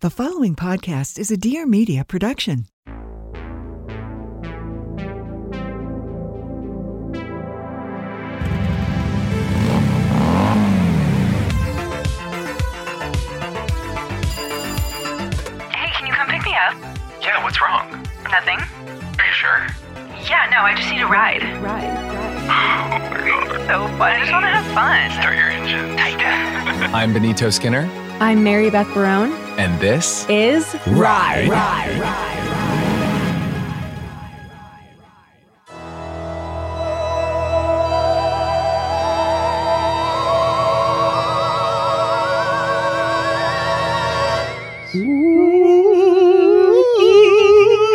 The following podcast is a Dear Media production. Hey, can you come pick me up? Yeah, what's wrong? Nothing? Are you sure? Yeah, no, I just need a ride. Oh my god. So fun. I just want to have fun. Start your engine. I'm Benito Skinner, I'm Mary Beth Barone. and this Is Ride.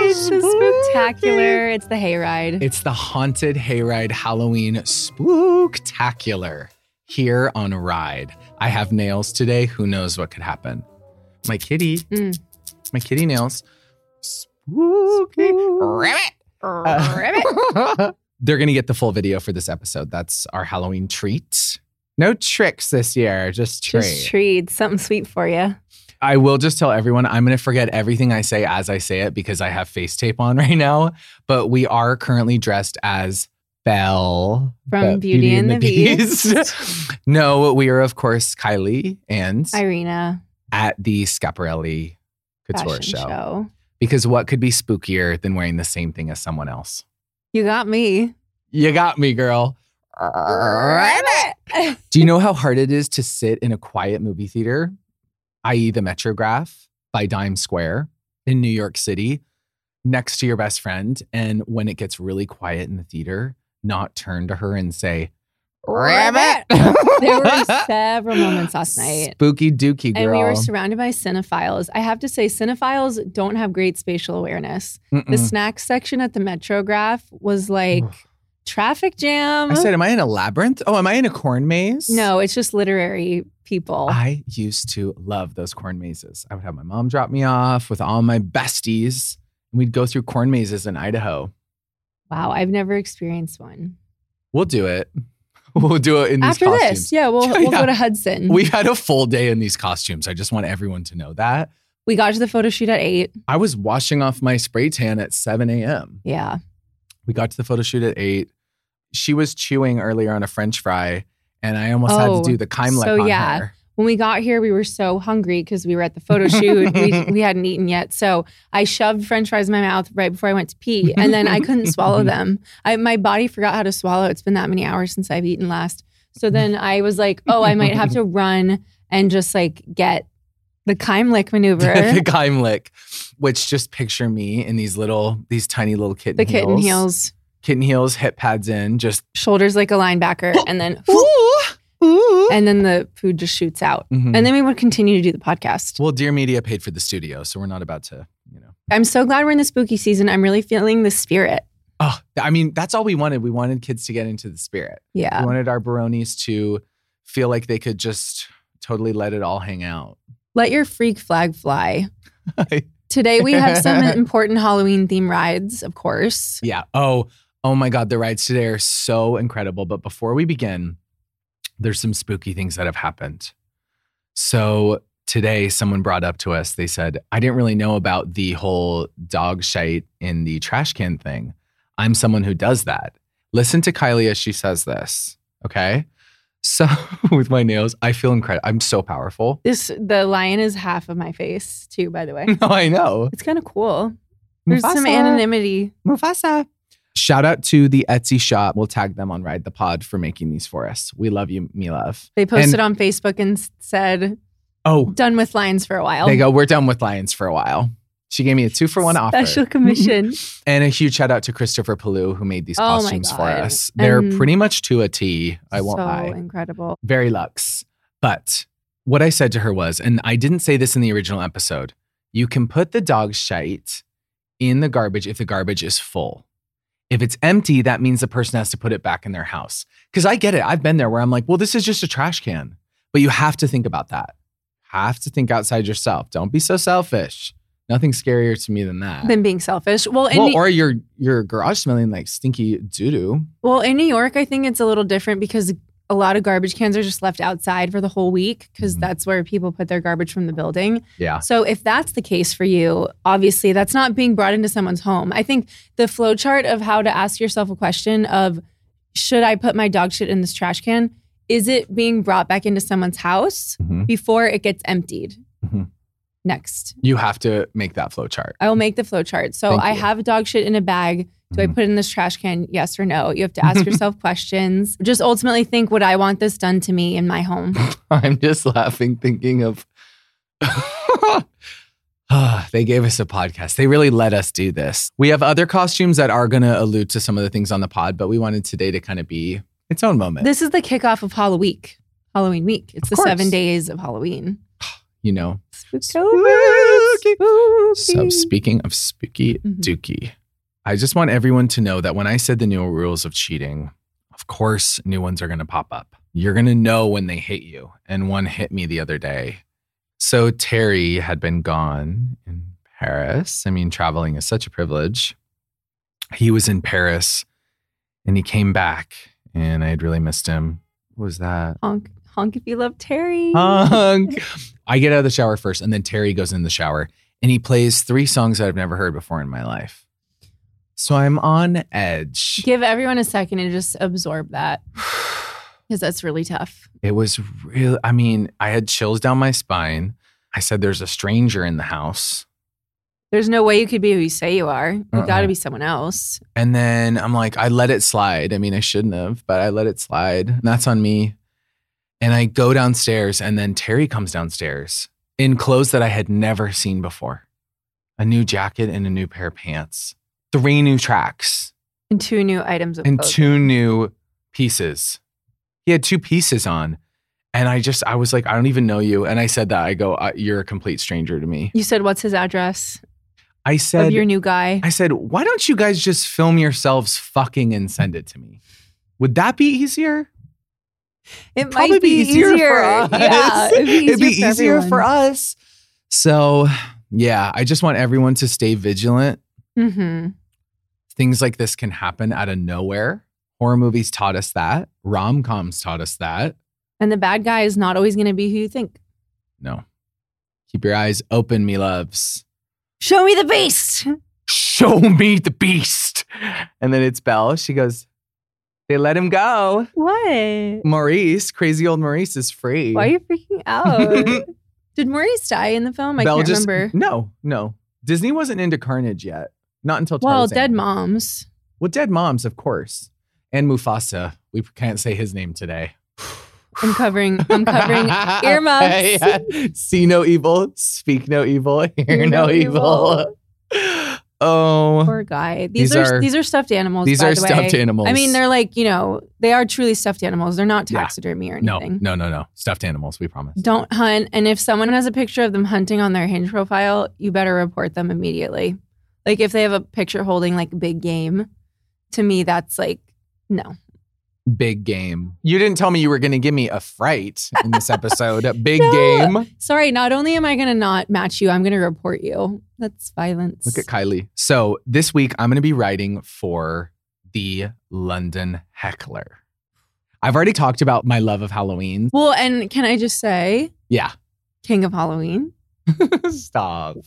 it's the spectacular. It's the hayride. It's the haunted hayride Halloween spooktacular here on Ride. I have nails today. Who knows what could happen? My kitty, Mm. my kitty nails. Spooky rabbit. Uh, Ribbit. They're gonna get the full video for this episode. That's our Halloween treat. No tricks this year, just treat. Just treat something sweet for you. I will just tell everyone I'm going to forget everything I say as I say it because I have face tape on right now. But we are currently dressed as Belle From Be- Beauty and the Beast. no, we are, of course, Kylie and Irina at the Scaparelli Couture fashion show. show. Because what could be spookier than wearing the same thing as someone else? You got me. You got me, girl. Ribbit. Do you know how hard it is to sit in a quiet movie theater, i.e., the Metrograph by Dime Square in New York City, next to your best friend? And when it gets really quiet in the theater, not turn to her and say, Ribbit. There were several moments last night. Spooky dookie girl. And we were surrounded by cinephiles. I have to say, cinephiles don't have great spatial awareness. The Mm-mm. snack section at the Metrograph was like traffic jam. I said, Am I in a labyrinth? Oh, am I in a corn maze? no, it's just literary people. I used to love those corn mazes. I would have my mom drop me off with all my besties, and we'd go through corn mazes in Idaho. wow, I've never experienced one. We'll do it. We'll do it in these After costumes. this, yeah, we'll, we'll Yeah. go to Hudson. We We, had a full day in these costumes. I just want everyone to know that. got to the photo shoot at eight. I was washing off my spray tan at 7 a.m. Yeah. We got to the photo shoot at 8. She was chewing earlier on a french fry, and I almost had Oh, to do the Heimlich so on yeah. her. When we got here, we were so hungry because we were at the photo shoot. we, we hadn't eaten yet. So I shoved french fries in my mouth right before I went to pee, and then I couldn't swallow them. I, my body forgot how to swallow. It's been that many hours since I've eaten last. So Mm. then I was like, oh, I might have to run and just like get the Heimlich maneuver. the Heimlich, which just picture me in these little, these tiny little kitten the heels. kitten heels, Kitten heels, hip pads in, just. shoulders like a linebacker, and then and then the food just shoots out. Mhm. And then we would continue to do the podcast. well, Dear Media paid for the studio, so we're not about to, you know. I'm so glad we're in the spooky season. I'm really feeling the spirit. Oh, I mean, that's all we wanted. We wanted kids to get into the spirit. We Yeah. wanted our Baronies to feel like they could just totally let it all hang out. Let your freak flag fly. Today we have some important Halloween theme rides, of course. yeah. Oh, oh my God. The rides today are so incredible. But before we begin, there's some spooky things that have happened. So today, someone brought up to us, they said, I didn't really know about the whole dog shite in the trash can thing. I'm someone who does that. Listen to Kylie as she says this. Okay. So with my nails, I feel incredible. I'm so powerful. This the lion is half of my face too. By the way, No, I know. it's kind of cool. There's some Mufasa. anonymity. Mufasa. Shout out to the Etsy shop. We'll tag them on Ride the Pod for making these for us. We love you, me love. They posted And- on Facebook and s- said, Oh, "Done with lions for a while." they go, we're done with lions for a while. She gave me a two for one offer. Special commission. And a huge shout out to Christopher Palou, who made these Oh my costumes for God. us. They're And- pretty much to a T. I won't so lie. incredible. very luxe. But what I said to her was, and I didn't say this in the original episode, you can put the dog shite in the garbage if the garbage is full. If it's empty, that means the person has to put it back in their house. Because I get it. I've been there where I'm like, well, this is just a trash can. But you have to think about that. Have to think outside yourself. Don't be so selfish. Nothing scarier to me than that. Than being selfish. Well, in well, New- or your your garage smelling like stinky doo doo. well in New York, I think it's a little different because a lot of garbage cans are just left outside for the whole week because Mhm. that's where people put their garbage from the building. Yeah. So if that's the case for you, obviously that's not being brought into someone's home. I think the flowchart of how to ask yourself a question of should I put my dog shit in this trash can? Is it being brought back into someone's house Mhm. before it gets emptied? Mhm. Next, You have to make that flow chart. I will make the flowchart. So Thank I you. have dog shit in a bag. Do I Mhm. put it in this trash can? Yes or no? You have to ask yourself questions. Just ultimately think, would I want this done to me in my home? I'm just laughing thinking of Ah, they gave us a podcast. They really let us do this. We have other costumes that are going to allude to some of the things on the pod, but we wanted today to kind of be its own moment. This is the kickoff of Halloween week. Halloween week. It's Of the course. seven days of Halloween. you know. Spooktober, So spooky. speaking of spooky Mhm. dookie, I just want everyone to know that when I said the new rules of cheating, of course new ones are going to pop up. You're going to know when they hit you, and one hit me the other day. So Terry had been gone in Paris. I mean, traveling is such a privilege. He was in Paris and he came back and I had really missed him. What was that? honk, honk if you love Terry. Honk. I get out of the shower first, and then Terry goes in the shower and he plays three songs that I've never heard before in my life. So I'm on edge. Give everyone a second and just absorb that because that's really tough. It was real. I mean, I had chills down my spine. I said, There's a stranger in the house. There's no way you could be who you say you are. You Uh-uh. got to be someone else. And then I'm like, I let it slide. I mean, I shouldn't have, but I let it slide. And that's on me. And I go downstairs, and then Terry comes downstairs in clothes that I had never seen before a new jacket and a new pair of pants, three new tracks, And two new items of and clothing. two new pieces. He had two pieces on. And I just, I was like, I don't even know you. And I said that. I go, uh, You're a complete stranger to me. You said, "What's his address?" I of said, your new guy. I said, why don't you guys just film yourselves fucking and send it to me? Would that be easier? It might be easier. Yeah, it'd be easier, it'd be for easier for, everyone. us. So, yeah, I just want everyone to stay vigilant. Mhm. Things like this can happen out of nowhere. Horror movies taught us that. Rom coms taught us that. And the bad guy is not always going to be who you think. No. Keep your eyes open, me loves. Show me the beast. Show me the beast. And then it's Belle. She goes, They let him go. What? Maurice, crazy old Maurice, is free. Why are you freaking out? Did Maurice die in the film? I Belle can't just- remember. No, no. Disney wasn't into Carnage yet. Not until Well, Tarzan. dead moms. Well, dead moms, of course, and Mufasa. We can't say his name today. I'm covering. I'm covering. earmuffs. Okay, yeah. See no evil, speak no evil, hear no, evil. Oh, Poor guy. These, These are, are- these are stuffed animals. these by are the way. stuffed animals. I mean, they're like you know they are truly stuffed animals. They're not Yeah. taxidermy or no, anything. no, no, no, stuffed animals. We promise. Don't hunt. And if someone has a picture of them hunting on their hinge profile, you better report them immediately. Like if they have a picture holding like big game, to me that's like no. Big game. You didn't tell me you were going to give me a fright in this episode. Big No. game. Sorry. Not only am I gonna not match you, I'm gonna report you. That's violence. Look at Kylie. So this week I'm going to be writing for the London Heckler. I've already talked about my love of Halloween. well, and can I just say, Yeah. King of Halloween? Stop.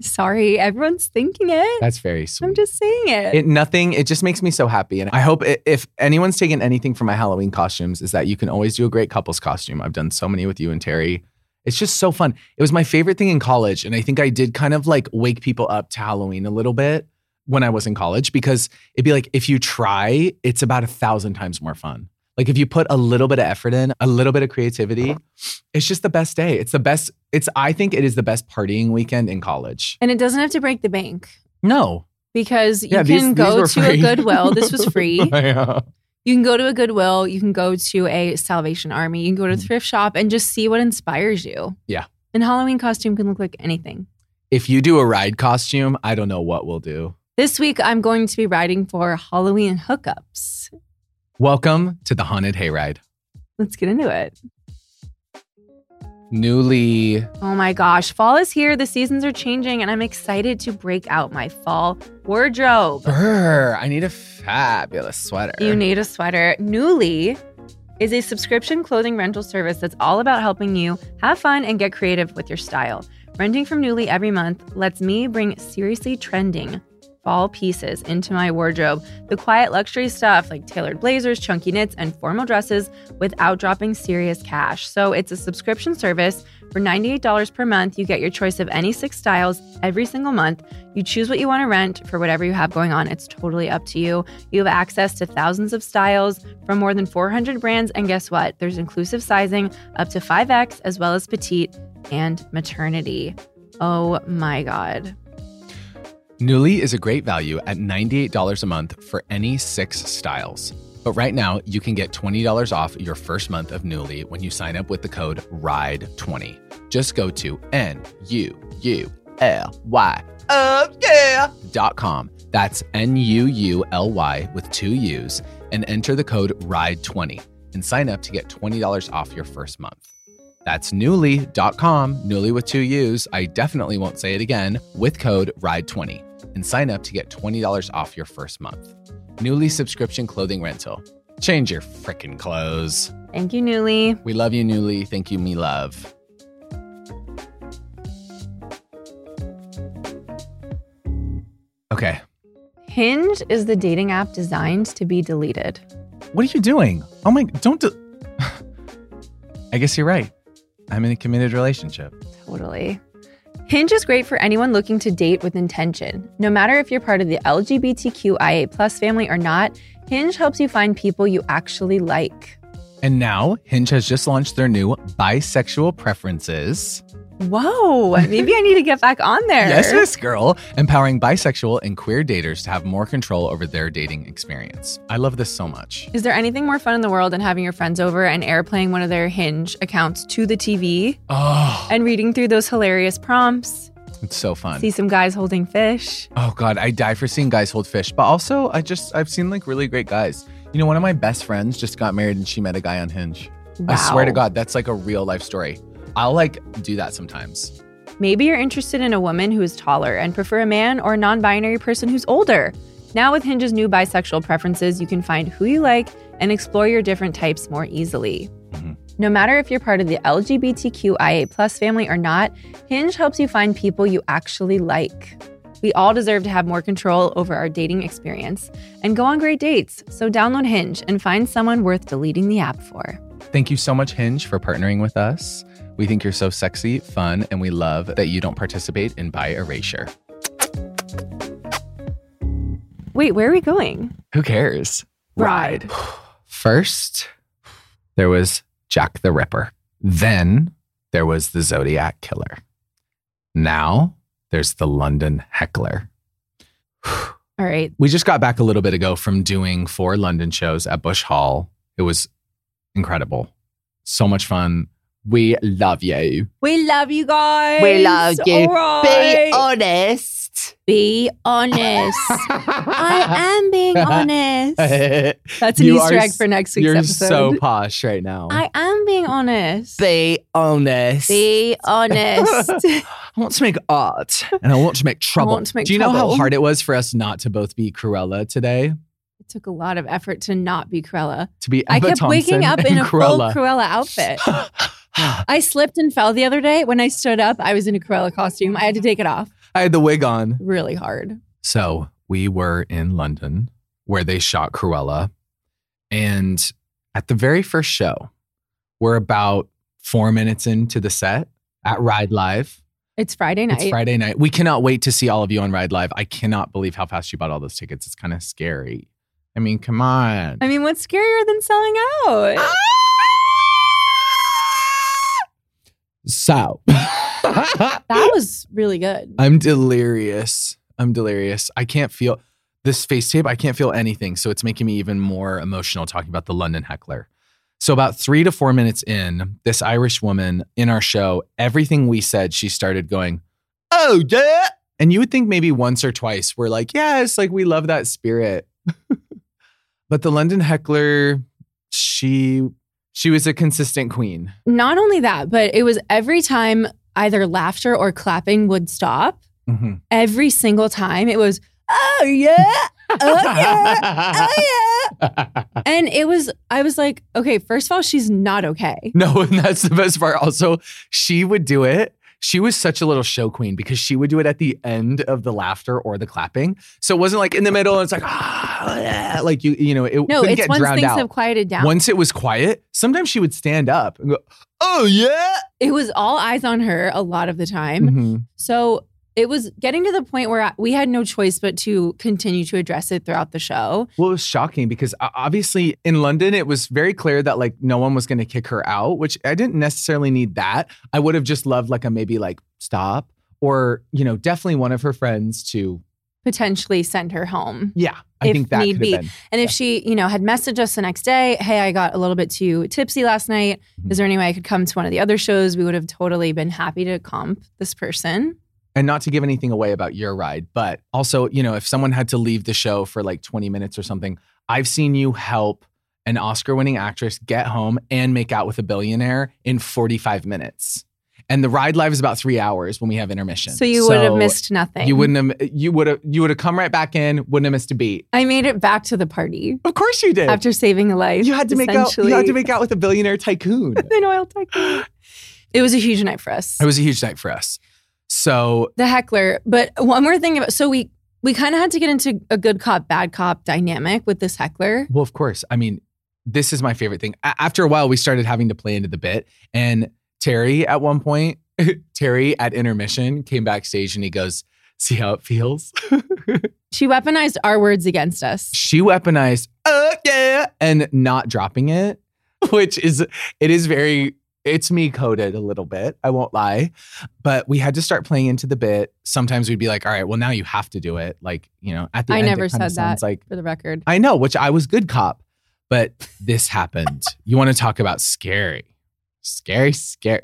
Sorry, everyone's thinking it. That's very sweet. I'm just saying it. It nothing. It just makes me so happy, and I hope i if anyone's taken anything from my Halloween costumes, is that you can always do a great couples costume. I've done so many with you and Terry. It's just so fun. It was my favorite thing in college, and I think I did kind of like wake people up to Halloween a little bit when I was in college because it'd be like if you try, it's about a thousand times more fun. Like if you put a little bit of effort in, a little bit of creativity, it's just the best day. It's the best. It's I think it is the best partying weekend in college. and it doesn't have to break the bank No, because you Yeah, can these- these go were to a free. uh, Goodwill. This was free. Yeah. You can go to a Goodwill. You can go to a Salvation Army. You can go to a thrift shop and just see what inspires you. Yeah. And Halloween costume can look like anything. if you do a ride costume, I don't know what we'll do. This week, I'm going to be riding for Halloween hookups. Welcome to the Haunted Hayride. Let's get into it. Newly, Oh my gosh, fall is here. The seasons are changing, and I'm excited to break out my fall wardrobe. brr, I need a fabulous sweater. You need a sweater. Newly is a subscription clothing rental service that's all about helping you have fun and get creative with your style. Renting from Newly every month lets me bring seriously trending fall pieces into my wardrobe. The quiet luxury stuff like tailored blazers, chunky knits, and formal dresses without dropping serious cash. So it's a subscription service. For $98 per month, you get your choice of any six styles every single month. You choose what you want to rent for whatever you have going on. It's totally up to you. You have access to thousands of styles from more than 400 brands. And guess what? There's inclusive sizing up to 5X, as well as petite and maternity. Oh my God. Newly is a great value at $98 a month for any six styles. But right now, you can get $20 off your first month of Newly when you sign up with the code RIDE20. Just go to N U U L Y. Oh, yeah. Dot com. That's N U U L Y with two U's and enter the code RIDE20 and sign up to get $20 off your first month. That's newly.com, newly with two U's. I definitely won't say it again, with code RIDE20 and sign up to get $20 off your first month. Newly subscription clothing rental. Change your frickin' clothes. Thank you, Newly. We love you, Newly. Thank you, me love. Okay. Hinge is the dating app designed to be deleted. What are you doing? Oh my, don't do. I guess you're right. I'm in a committed relationship. Totally. Hinge is great for anyone looking to date with intention. No matter if you're part of the LGBTQIA plus family or not, Hinge helps you find people you actually like. And now Hinge has just launched their new bisexual preferences. Whoa, maybe I need to get back on there. Yes, Miss Girl, empowering bisexual and queer daters to have more control over their dating experience. I love this so much. Is there anything more fun in the world than having your friends over and airplaying one of their Hinge accounts to the TV Oh, and reading through those hilarious prompts? it's so fun. See some guys holding fish. Oh god, I die for seeing guys hold fish, but also I just I've seen like really great guys. You know, one of my best friends just got married and she met a guy on Hinge. I swear to Wow. god, that's like a real life story. I'll like do that sometimes. Maybe you're interested in a woman who is taller and prefer a man or a non binary person who's older. Now, with Hinge's new bisexual preferences, you can find who you like and explore your different types more easily. Mhm. No matter if you're part of the LGBTQIA plus family or not, Hinge helps you find people you actually like. We all deserve to have more control over our dating experience and go on great dates. So download Hinge and find someone worth deleting the app for. Thank you so much, Hinge, for partnering with us. We think you're so sexy, fun, and we love that you don't participate in bi erasure. Wait, where are we going? Who cares? Ride. First, there was Jack the Ripper. Then there was the Zodiac Killer. Now there's the London Heckler. All right. We just got back a little bit ago from doing four London shows at Bush Hall. It was incredible. So much fun. We love you. We love you guys. We love you. All Be right. honest. Be honest. I am being honest. That's an You Easter are egg for next week's You're episode. so posh right now. I am being honest. Be honest. Be honest. I want to make art and I want to make trouble. want to make Do you know how trouble. hard it was for us not to both be Cruella today? it took a lot of effort to not be Cruella. To be I Emma kept Thompson waking up in and a Cruella. full Cruella outfit. I slipped and fell the other day. When I stood up, I was in a Cruella costume. I had to take it off. I had the wig on. really hard. So we were in London where they shot Cruella. And at the very first show, we're about four minutes into the set at Ride Live. It's Friday night. It's Friday night. We cannot wait to see all of you on Ride Live. I cannot believe how fast you bought all those tickets. It's kind of scary. I mean, come on. I mean, what's scarier than selling Ah! out? so That was really good. I'm delirious. I'm delirious. I can't feel this face tape. I can't feel anything. So it's making me even more emotional talking about the London heckler. So about three to four minutes in, this Irish woman in our show, everything we said, she started going, "Oh yeah," and you would think maybe once or twice we're like, "Yes, like we love that spirit," but the London heckler, she she was a consistent queen. Not only that, but it was every time either laughter or clapping would stop, Mhm. every single time it was, oh yeah, oh yeah, oh yeah. And it was, I was like, okay, first of all, she's not okay. No, and that's the best part. Also, she would do it. She was such a little show queen because she would do it at the end of the laughter or the clapping. So it wasn't like in the middle and it's like, ah, yeah," like you, you know, it No, couldn't it's get once drowned things out. have quieted down. Once it was quiet, sometimes she would stand up and go, oh, yeah. it was all eyes on her a lot of the time. Mhm. So it was getting to the point where I- we had no choice but to continue to address it throughout the show. Well, it was shocking because o- obviously in London, it was very clear that like no one was going to kick her out, which I didn't necessarily need that. I would have just loved like a maybe like stop or, you know, definitely one of her friends to, potentially send her home. yeah, I If think that need could have be. been. And if she, you know, had messaged us the next day, hey, I got a little bit too tipsy last night. Hmm. Is there any way I could come to one of the other shows? We would have totally been happy to comp this person. and not to give anything away about your ride, but also, you know, if someone had to leave the show for like 20 minutes or something, I've seen you help an Oscar winning actress get home and make out with a billionaire in 45 minutes. And the ride live is about three hours when we have intermission. So you would have missed nothing. You wouldn't have you would have you would have come right back in, wouldn't have missed a beat. I made it back to the party Of course you did. after saving a life. you had to make out you had essentially. to make out with a billionaire tycoon. an oil tycoon. It was a huge night for us. it was a huge night for us. So the heckler. But one more thing about so we we kind of had to get into a good cop bad cop dynamic with this heckler. Well, of course. I mean, this is my favorite thing. A- after a while, we started having to play into the bit, and Terry at one point, Terry at intermission came backstage and he goes, "See how it feels." She weaponized our words against us. she weaponized, "Oh yeah," and not dropping it, which is it is very it's me coded a little bit. I won't lie, but we had to start playing into the bit. Sometimes we'd be like, "All right, well now you have to do it." Like you know, at the I end, never it kinda said that. sounds like For the record. I know, which I was good cop, but this happened. you want to talk about scary, scary, scary,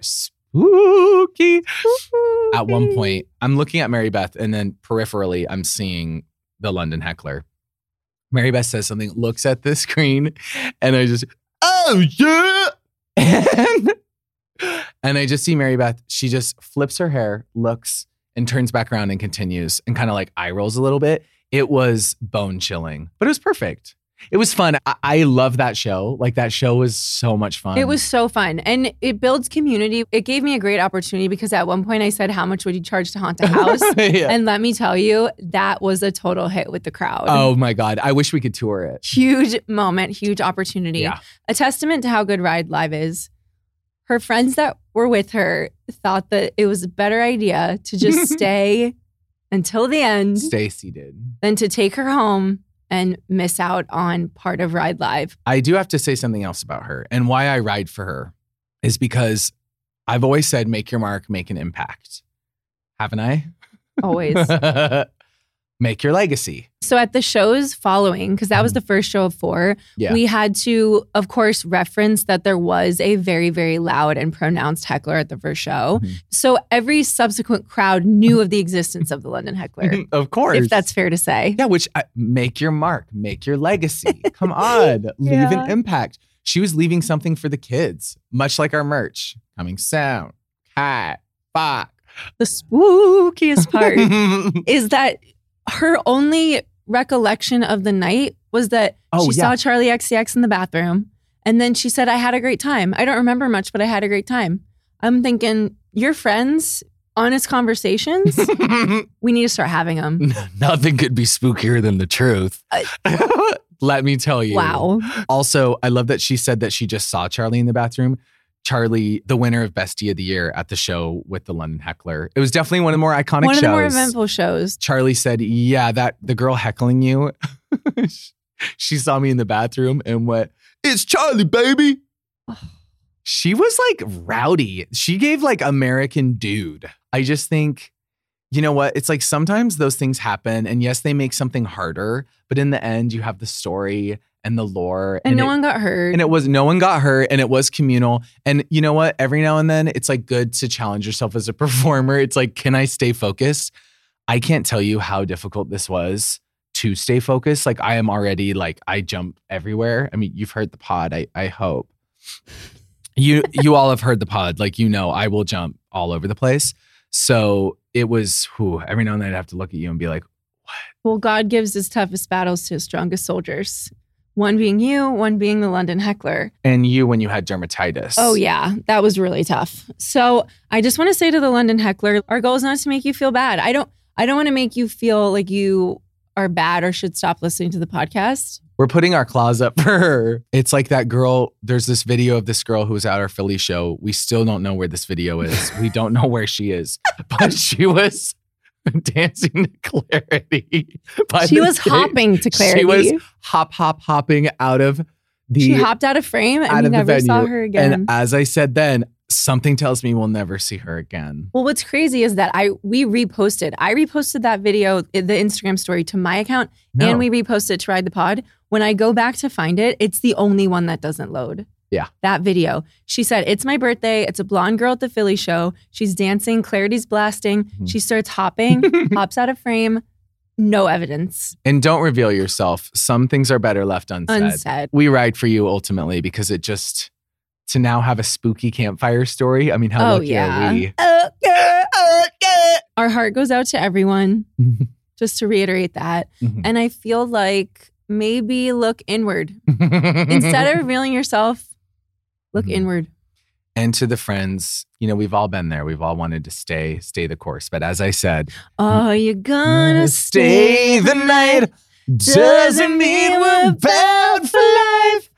spooky. At one point, I'm looking at Mary Beth, and then peripherally, I'm seeing the London heckler. Mary Beth says something, looks at the screen, and I just, oh yeah. And, and I just see Mary Beth. She just flips her hair, looks, and turns back around and continues and kind of like eye rolls a little bit it was bone chilling, but it was perfect. It was fun. I, I love that show. Like that show was so much fun. It was so fun. And it builds community. It gave me a great opportunity because at one point I said, How much would you charge to haunt a house? Yeah. And let me tell you, that was a total hit with the crowd. oh my god! I wish we could tour it. Huge moment, huge opportunity. Yeah. A testament to how good Ride Live is. Her friends that were with her thought that it was a better idea to just stay until the end Stacy did. than to take her home and miss out on part of Ride Live. I do have to say something else about her and why I ride for her is because I've always said make your mark, make an impact. Haven't I? Always. make your legacy. So at the shows following, because that was Mm. the first show of four, Yeah. we had to, of course, reference that there was a very, very loud and pronounced heckler at the first show. Mhm. So every subsequent crowd knew of the existence of the London heckler, Mm-hmm. of course. if that's fair to say. Yeah, which I, make your mark, make your legacy. Come on, leave Yeah. an impact. She was leaving something for the kids, much like our merch coming sound, cat, fuck. The spookiest part is that her only recollection of the night was that Oh, she yeah. saw Charlie XCX in the bathroom. And then she said, I had a great time. I don't remember much, but I had a great time. I'm thinking, your friends honest conversations, we need to start having them. Nothing could be spookier than the truth. Let me tell you. Uh, Wow. Also, I love that she said that she just saw Charlie in the bathroom. Charlie, the winner of Bestie of the Year at the show with the London Heckler. It was definitely one of the more iconic One of shows. the more eventful shows. Charlie said, Yeah, that the girl heckling you. she saw me in the bathroom and went, It's Charlie, baby. she was like rowdy. She gave like American dude. I just think, you know what? It's like sometimes those things happen and yes, they make something harder, but in the end, you have the story and the lore. And, no it- one got hurt. and it was no one got hurt and it was communal. And you know what? Every now and then it's like good to challenge yourself as a performer. It's like, can I stay focused? I can't tell you how difficult this was to stay focused. Like I am already like I jump everywhere. I mean, you've heard the pod, I I hope. You you all have heard the pod. Like you know, I will jump all over the place. So it was whew, every now and then I'd have to look at you and be like, well, God gives his toughest battles to his strongest soldiers. One being you, one being the London heckler. and you when you had dermatitis. Oh, yeah. That was really tough. So I just want to say to the London heckler, our goal is not to make you feel bad. I don't I don't want to make you feel like you are bad or should stop listening to the podcast. We're putting our claws up for her. It's like that girl. There's this video of this girl who was at our Philly show. We still don't know where this video is. we don't know where she is, but she was dancing to clarity. by she the was stage. hopping to clarity. She was hop, hop, hopping out of the. She hopped out of frame and out we of the never saw venue her again. and as I said then, something tells me we'll never see her again. Well, what's crazy is that I we reposted. I reposted that video, eh, the Instagram story, to my account, No. and we reposted it to Ride the Pod. When I go back to find it, it's the only one that doesn't load. Yeah. that video. She said, "It's my birthday. It's a blonde girl at the Philly show. She's dancing. Clarity's blasting. Mhm. She starts hopping, hops out of frame. No evidence. and don't reveal yourself. Some things are better left unsaid. Unsaid. we ride for you ultimately because it just to now have a spooky campfire story. I mean, how oh lucky yeah. are we? Oh, yeah, oh, yeah. Our heart goes out to everyone. Just to reiterate that." And I feel like maybe look inward. Instead of reeling yourself, look Mhm. inward. and to the friends, you know, we've all been there. We've all wanted to stay, stay the course. But as I said, Are you Mm-hmm. gonna stay the night? doesn't mean we're bound for life.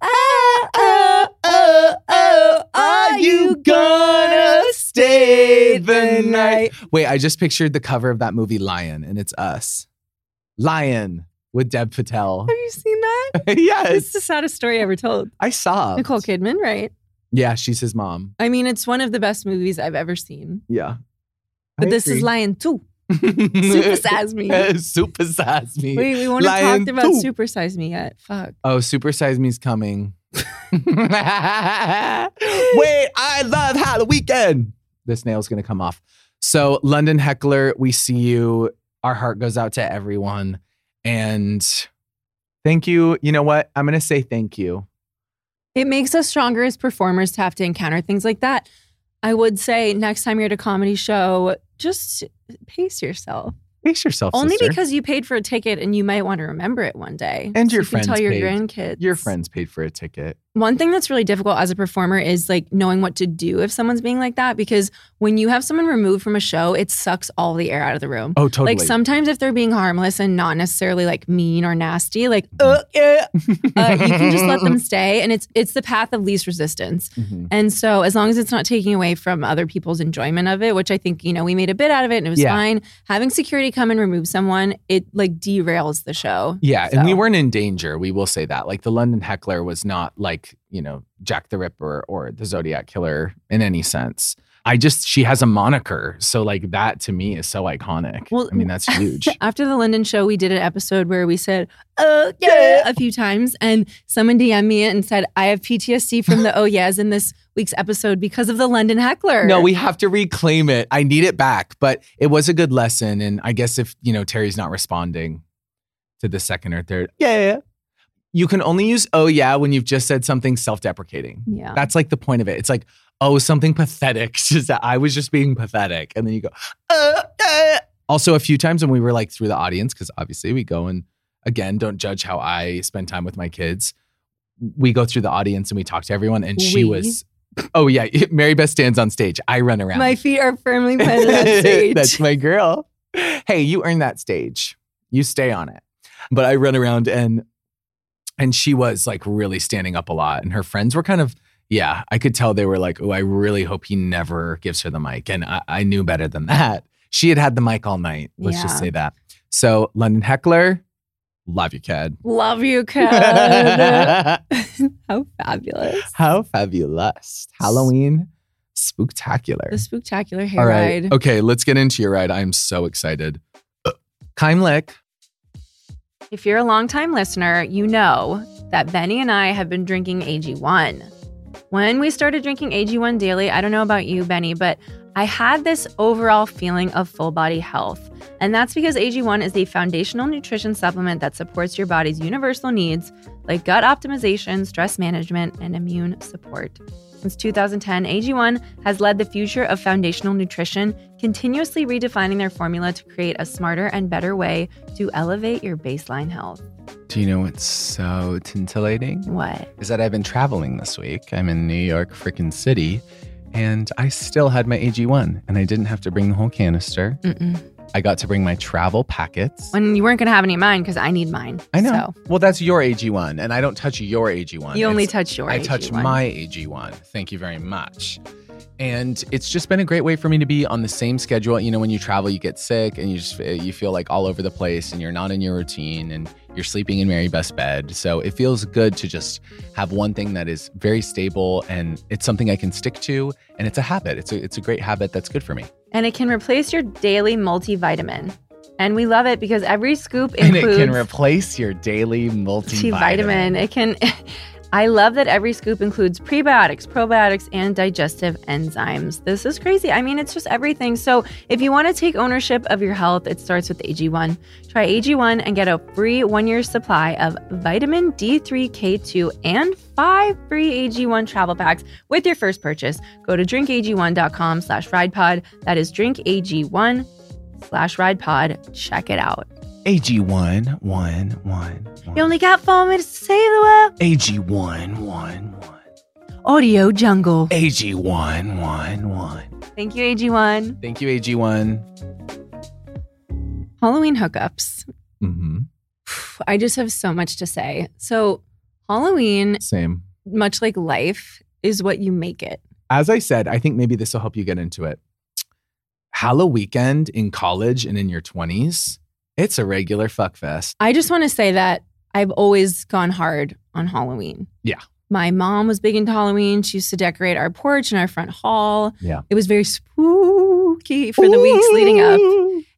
Oh, oh, oh, oh, are you gonna stay the night? Wait, I just pictured the cover of that movie Lion, and it's us. Lion with Deb Patel. Have you seen that? It's yes, the saddest story ever told. I saw. Nicole Kidman, right? Yeah, she's his mom. I mean, it's one of the best movies I've ever seen. Yeah. But this is Lion 2. Super Size Me. Super Size Me. Wait, we won't have Lion talked about two. Super Size Me yet. Fuck. Oh, Super Size Me's coming. Wait, I love Halloween weekend. This nail's gonna come off. So, London Heckler, we see you. Our heart goes out to everyone. And thank you. You know what? I'm gonna say thank you. It makes us stronger as performers to have to encounter things like that. I would say next time you're at a comedy show, just pace yourself. Pace yourself. Only sister. because you paid for a ticket and you might want to remember it one day. And So your you can tell friends your paid. grandkids. your friends paid for a ticket. One thing that's really difficult as a performer is like knowing what to do if someone's being like that because when you have someone removed from a show, it sucks all the air out of the room. Oh, totally. Like sometimes if they're being harmless and not necessarily like mean or nasty, like uh, yeah, uh, you can just let them stay, and it's it's the path of least resistance. Mhm. And so, as long as it's not taking away from other people's enjoyment of it, which I think you know, we made a bit out of it and it was Yeah. fine. Having security come and remove someone, it like derails the show. Yeah, and we So- weren't in danger. We will say that. Like the London Heckler was not like you know Jack the Ripper or the Zodiac Killer in any sense. I just she has a moniker, so like that to me is so iconic. Well, I mean that's huge. After the London show, we did an episode where we said "Oh yeah" a few times, and someone DM'd me it and said, "I have PTSD from the oh yeahs in this week's episode because of the London heckler." no, we have to reclaim it. I need it back, but it was a good lesson. And I guess if you know Terry's not responding to the second or third, yeah, yeah, yeah. you can only use oh yeah when you've just said something self-deprecating. yeah. That's like the point of it. It's like, oh, something pathetic. Just that I was just being pathetic. And then you go, uh, uh. also a few times when we were like through the audience, because obviously we go and again, don't judge how I spend time with my kids. We go through the audience and we talk to everyone. And We? she was Oh yeah, Mary Beth stands on stage. I run around. My feet are firmly planted on stage. That's my girl. Hey, you earned that stage. You stay on it. But I run around and and she was like really standing up a lot. And her friends were kind of, yeah, I could tell they were like, oh, I really hope he never gives her the mic. And I, I knew better than that. She had had the mic all night. Let's just Yeah. say that. So London Heckler, love you, kid. Love you, Kat. How fabulous. How fabulous. Halloween spooktacular. The spectacular hayride. All right. Okay, let's get into your ride. I'm so excited. Heimlich. If you're a longtime listener, you know that Benny and I have been drinking AG1. When we started drinking AG1 daily, I don't know about you, Benny, but I had this overall feeling of full body health. And that's because AG1 is the foundational nutrition supplement that supports your body's universal needs like gut optimization, stress management, and immune support. Since 2010, AG1 has led the future of foundational nutrition, continuously redefining their formula to create a smarter and better way to elevate your baseline health. Do you know what's so tintillating? What? Is that I've been traveling this week. I'm in New York freaking city, and I still had my AG1, and I didn't have to bring the whole canister. Mm-mm. I got to bring my travel packets. When you weren't going to have any of mine because I need mine. I know. Well, that's your AG1, and I don't touch your AG1. So you only It's- touch your I touch AG1. my AG1. Thank you very much. And it's just been a great way for me to be on the same schedule. You know, when you travel, you get sick and you just uh, you feel like all over the place and you're not in your routine and you're sleeping in Mary Beth's bed. So it feels good to just have one thing that is very stable and it's something I can stick to and it's a habit. It's a it's a great habit that's good for me. And it can replace your daily multivitamin. And we love it because every scoop And includes it can replace your daily multivitamin. multivitamin. It can. I love that every scoop includes prebiotics, probiotics, and digestive enzymes. This is crazy. I mean, it's just everything. So, if you want to take ownership of your health, it starts with AG1. Try AG1 and get a free one year supply of vitamin D3, K2, and five free AG1 travel packs with your first purchase. Go to drinkag1.com slash ridepod. That is drinkag1 slash ridepod. Check it out. AG1 one one. You only got four minutes to save the world. AG1 one one. Audio Jungle. AG111. Thank you, AG1. Thank you, AG1. Halloween hookups. Mm-hmm. I just have so much to say. So, Halloween, Same. much like life, is what you make it. As I said, I think maybe this will help you get into it. Hallow weekend in college and in your 20s, it's a regular fuck fest. I just want to say that I've always gone hard on Halloween. Yeah. My mom was big into Halloween. She used to decorate our porch and our front hall. Yeah. It was very spooky for the weeks leading up.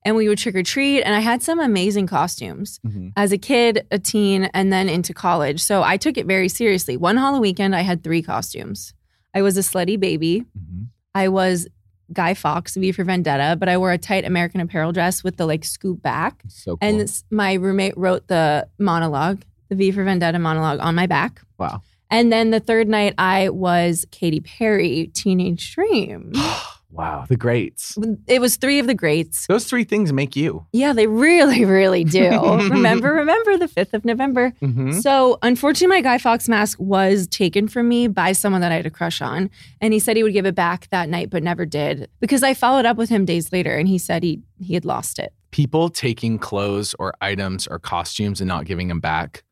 And we would trick or treat. And I had some amazing costumes. Mm-hmm. Mhm. as a kid, a teen, and then into college. So I took it very seriously. One Halloween weekend, I had three costumes. I was a slutty baby. Mhm. I was Guy Fox, V for Vendetta, but I wore a tight American Apparel dress with the like scoop back. So cool. And s- my roommate wrote the monologue, the V for Vendetta monologue on my back. wow. And then the third night, I was Katy Perry, Teenage Dream. wow. The greats. It was three of the greats. Those three things make you. Yeah, they really, really do. remember, remember the 5th of November. Mm-hmm. So, unfortunately, my Guy Fox mask was taken from me by someone that I had a crush on. And he said he would give it back that night, but never did because I followed up with him days later and he said he, he had lost it. People taking clothes or items or costumes and not giving them back.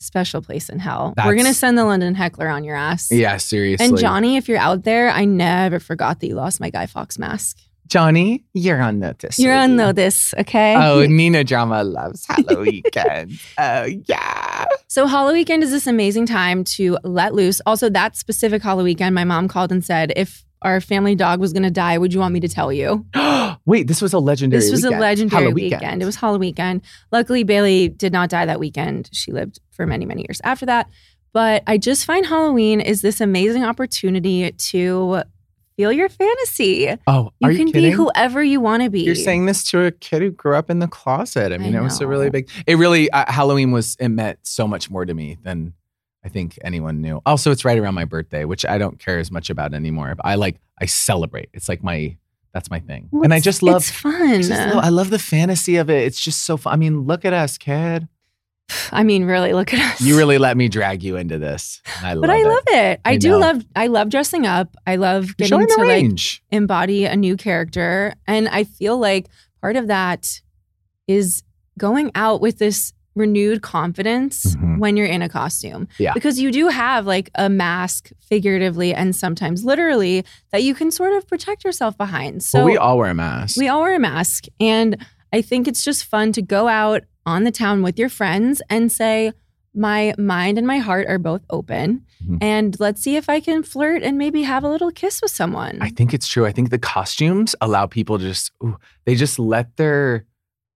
Special place in hell. We're That's- going to send the London heckler on your ass. Yeah, seriously. And Johnny, if you're out there, I never forgot that you lost my Guy Fox mask. Johnny, you're on notice. You're on sweetie. notice, okay? Oh, Nina Drama loves Halloween. oh, yeah. So Halloween weekend is this amazing time to let loose. Also, that specific Halloween weekend, my mom called and said, if our family dog was going to die, would you want me to tell you? Wait, this was a legendary. This was weekend. a legendary Halloween weekend. It was Halloween weekend. Luckily, Bailey did not die that weekend. She lived for many, many years after that. But I just find Halloween is this amazing opportunity to feel your fantasy. You Oh, are you can be kidding? whoever you want to be. You're saying this to a kid who grew up in the closet. I mean, I it was a know. really big. It really uh, Halloween was. It meant so much more to me than I think anyone knew. Also, it's right around my birthday, which I don't care as much about anymore. But I like. I celebrate. It's like my. That's my thing. Well, and I it's- just love. It's fun. I just love- I love the fantasy of it. It's just so fun. I mean, look at us, kid. I mean, really, look at us. You really let me drag you into this. I love but I it. love it. I, I do know. love. I love dressing up. I love getting You're showing to the like range. embody a new character, and I feel like part of that is going out with this renewed confidence Mhm. when you're in a costume. Yeah. because you do have like a mask, figuratively and sometimes literally, that you can sort of protect yourself behind. So well, we all wear masks. we all wear a mask. And I think it's just fun to go out on the town with your friends and say, my mind and my heart are both open. Mhm. And let's see if I can flirt and maybe have a little kiss with someone. I think it's true. I think the costumes allow people to just ooh, they just let their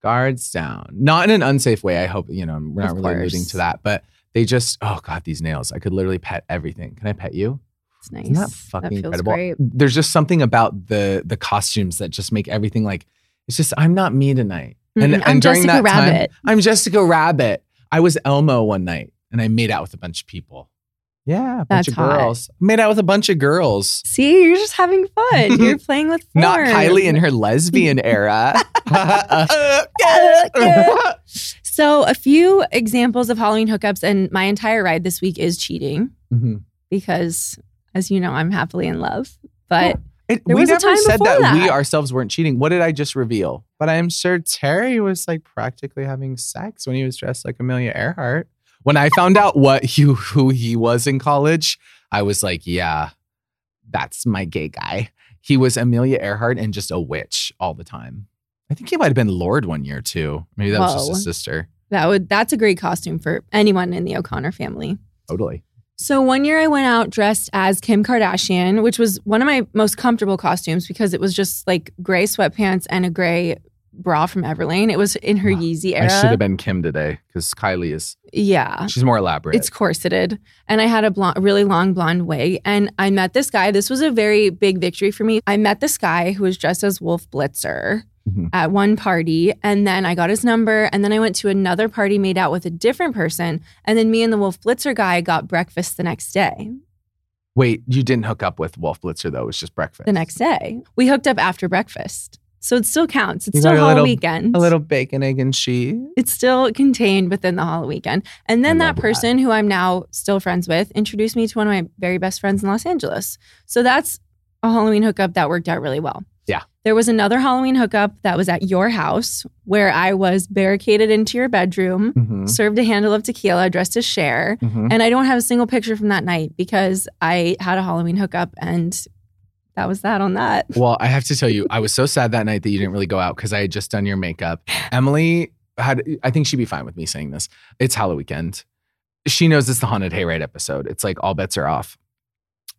guards down. Not in an unsafe way. I hope, you know, we're not Of really alluding course. to that, but they just oh god, these nails. I could literally pet everything. Can I pet you? it's nice. Isn't that fucking feels incredible? great. There's just something about the the costumes that just make everything like it's just I'm not me tonight. And, Mm, and I'm during Jessica that time- Rabbit. I'm Jessica Rabbit. I was Elmo one night and I made out with a bunch of people. Yeah, a bunch That's of hot. girls. Made out with a bunch of girls. See, you're just having fun. You're playing with form. Not Kylie in her lesbian era. Mhm. So, a few examples of Halloween hookups, and my entire ride this week is cheating Mm-hmm. because, as you know, I'm happily in love. But It- There we was a never time said before that, we that. ourselves weren't cheating. What did I just reveal? But I'm sure Terry was like practically having sex when he was dressed like Amelia Earhart. When I found out what he, who he was in college, I was like, yeah, that's my gay guy. He was Amelia Earhart and just a witch all the time. I think he might have been Lord one year too. Maybe that was just Whoa. his sister. That would that's a great costume for anyone in the O'Connor family. Totally. So one year I went out dressed as Kim Kardashian, which was one of my most comfortable costumes because it was just like gray sweatpants and a gray bra from Everlane. It was in her Wow. Yeezy era. I should have been Kim today because Kylie is Yeah. she's more elaborate. It's corseted. And I had a blonde, really long blonde wig. And I met this guy. This was a very big victory for me. I met this guy who was dressed as Wolf Blitzer Mhm. at one party. And then I got his number. And then I went to another party, made out with a different person. And then me and the Wolf Blitzer guy got breakfast the next day. Wait, you didn't hook up with Wolf Blitzer though. It was just breakfast. The next day, we hooked up after breakfast. So it still counts. It's You still got a Hall little- weekend. a little bacon, egg, and cheese. It's still contained within the Hall weekend. And then I that love that. person who I'm now still friends with introduced me to one of my very best friends in Los Angeles. So that's a Halloween hookup that worked out really well. Yeah. There was another Halloween hookup that was at your house where I was barricaded into your bedroom, Mm-hmm. served a handle of tequila, dressed as Cher. And I don't have a single picture from that night because I had a Halloween hookup and that was that on that. Well, I have to tell you, I was so sad that night that you didn't really go out because I had just done your makeup. Emily had, I think she'd be fine with me saying this. It's Halloween weekend. She knows it's the haunted hayride episode. It's like all bets are off.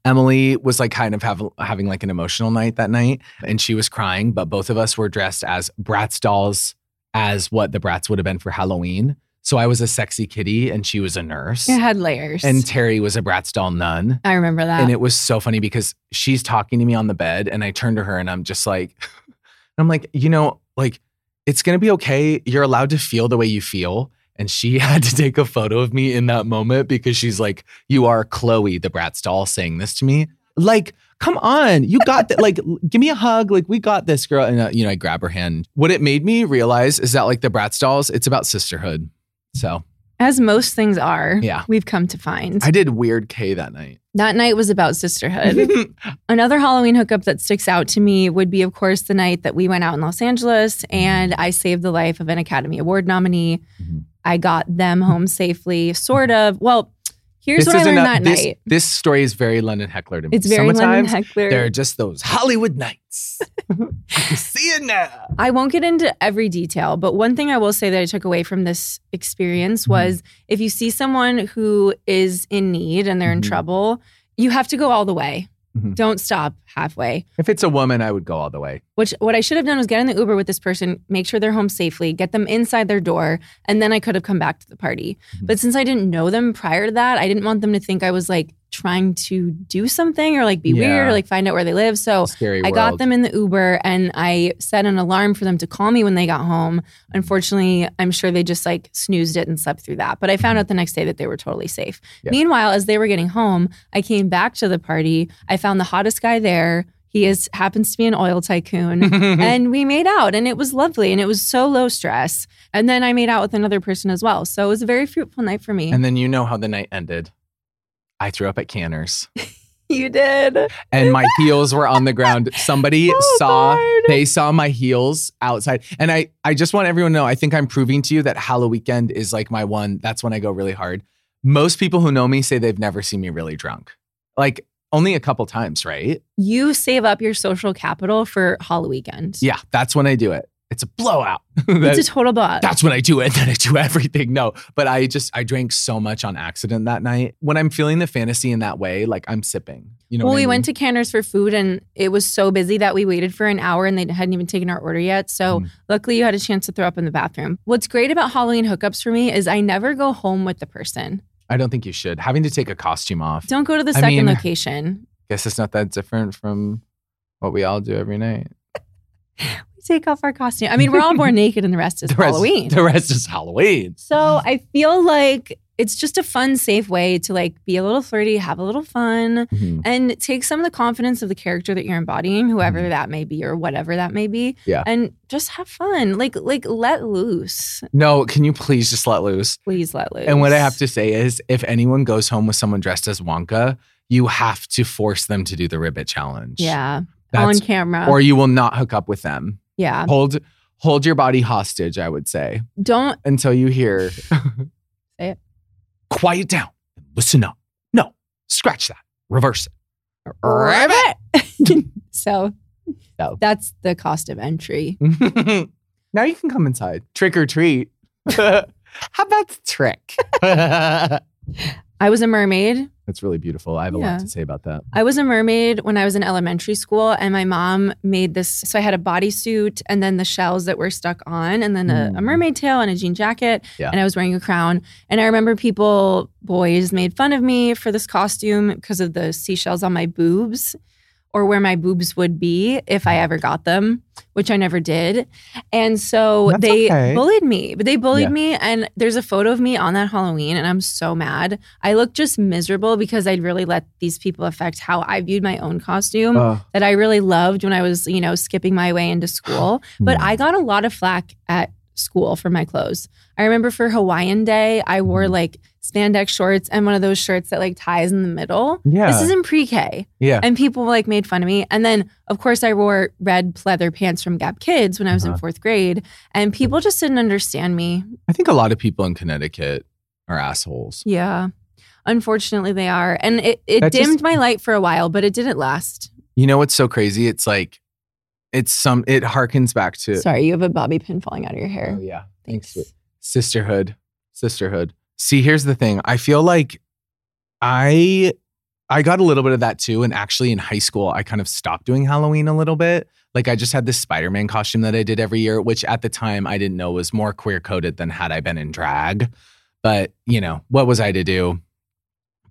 Emily was like kind of have, having like an emotional night that night, and she was crying. But both of us were dressed as Bratz dolls, as what the Bratz would have been for Halloween. So I was a sexy kitty, and she was a nurse, It had layers. and Terry was a Bratz doll nun. I remember that. And it was so funny because she's talking to me on the bed, and I turn to her and I'm just like, I'm like, you know, like it's gonna be okay. You're allowed to feel the way you feel. And she had to take a photo of me in that moment because she's like, you are Chloe, the Bratz doll, saying this to me. Like, come on, you got that. like, l- give me a hug. Like, we got this, girl. And, uh, you know, I grab her hand. What it made me realize is that, like, the Bratz dolls, it's about sisterhood. So As most things are, Yeah. we've come to find. I did Weird K that night. That night was about sisterhood. Another Halloween hookup that sticks out to me would be, of course, the night that we went out in Los Angeles and Mm-hmm. I saved the life of an Academy Award nominee. Mhm. I got them home safely, sort of. Well, here's This what I is learned ano- that this, night. This story is very London Heckler to me. It's very London Sometimes There are Heckler. just those Hollywood nights. I can see it now. I won't get into every detail, but one thing I will say that I took away from this experience Mm-hmm. was if you see someone who is in need and they're in Mhm. trouble, you have to go all the way. Mhm. Don't stop halfway. If it's a woman, I would go all the way. Which what I should have done was get in the Uber with this person, make sure they're home safely, get them inside their door, and then I could have come back to the party. Mhm. But since I didn't know them prior to that, I didn't want them to think I was like trying to do something or like be weird Yeah. or like find out where they live. So Scary I world. got them in the Uber and I set an alarm for them to call me when they got home. Unfortunately, I'm sure they just like snoozed it and slept through that. But I found out the next day that they were totally safe. Yeah. Meanwhile, as they were getting home, I came back to the party. I found the hottest guy there. He is happens to be an oil tycoon. and we made out and it was lovely and it was so low stress. And then I made out with another person as well. So it was a very fruitful night for me. and then you know how the night ended. I threw up at Canners you did. and my heels were on the ground. Somebody Oh, saw Lord. they saw my heels outside. And I I just want everyone to know I think I'm proving to you that Hallow weekend is like my one. That's when I go really hard. Most people who know me say they've never seen me really drunk. Like only a couple times, right? You save up your social capital for Halloween weekend. Yeah, that's when I do it. It's a blowout. That- It's a total bot. that's when I do it. Then I do everything. No, but I just I drank so much on accident that night. When I'm feeling the fantasy in that way, like I'm sipping. You know. well, what I we mean? went to Canners for food and it was so busy that we waited for an hour and they hadn't even taken our order yet. So Mm. luckily you had a chance to throw up in the bathroom. What's great about Halloween hookups for me is I never go home with the person. I don't think you should having to take a costume off. Don't go to the I second mean- location. Guess it's not that different from what we all do every night. We take off our costume. I mean, we're all born naked and the rest is The rest- Halloween. The rest is Halloween. so I feel like it's just a fun, safe way to like be a little flirty, have a little fun. and take some of the confidence of the character that you're embodying whoever Mhm. that may be or whatever that may be Yeah. and just have fun like like let loose No, can you please just let loose? please let loose And what I have to say is, if anyone goes home with someone dressed as Wonka, you have to force them to do the ribbit challenge. yeah on That's, camera or you will not hook up with them. yeah hold hold your body hostage i would say don't until you hear Say it. quiet down listen up no scratch that reverse it rip it so No. that's the cost of entry now you can come inside trick or treat how about the trick that's i was a mermaid really beautiful i have a Yeah. lot to say about that I was a mermaid when I was in elementary school, and my mom made this. So I had a bodysuit and then the shells that were stuck on, and then a, a Mm. mermaid tail and a jean jacket. Yeah. And I was wearing a crown. And I remember people, boys, made fun of me for this costume because of the seashells on my boobs or where my boobs would be if I ever got them, which I never did. And so That's they okay. bullied me, but they bullied Yeah. me. And there's a photo of me on that Halloween, and I'm so mad. I look just miserable because I'd really let these people affect how I viewed my own costume Ugh. that I really loved when I was, you know, skipping my way into school. But Hmm. I got a lot of flack at school for my clothes. I remember for Hawaiian Day, I wore Mhm. like spandex shorts and one of those shirts that like ties in the middle. yeah This is in pre K. yeah And people like made fun of me. And then, of course, I wore red pleather pants from Gap Kids when I was in Uh-huh. Hmm. fourth grade. And people just didn't understand me. i think a lot of people in connecticut are assholes Yeah. Unfortunately, they are. And it, it That dimmed just- my light for a while, but it didn't last. you know what's so crazy it's like it's some it harkens back to Sorry, you have a bobby pin falling out of your hair. Oh, yeah. Thanks. sweet. Sisterhood. Sisterhood. See, here's the thing. I feel like I I got a little bit of that too. And actually in high school, I kind of stopped doing Halloween a little bit. Like I just had this Spider-Man costume that I did every year, which at the time I didn't know was more queer coded than had I been in drag. But, you know, what was I to do?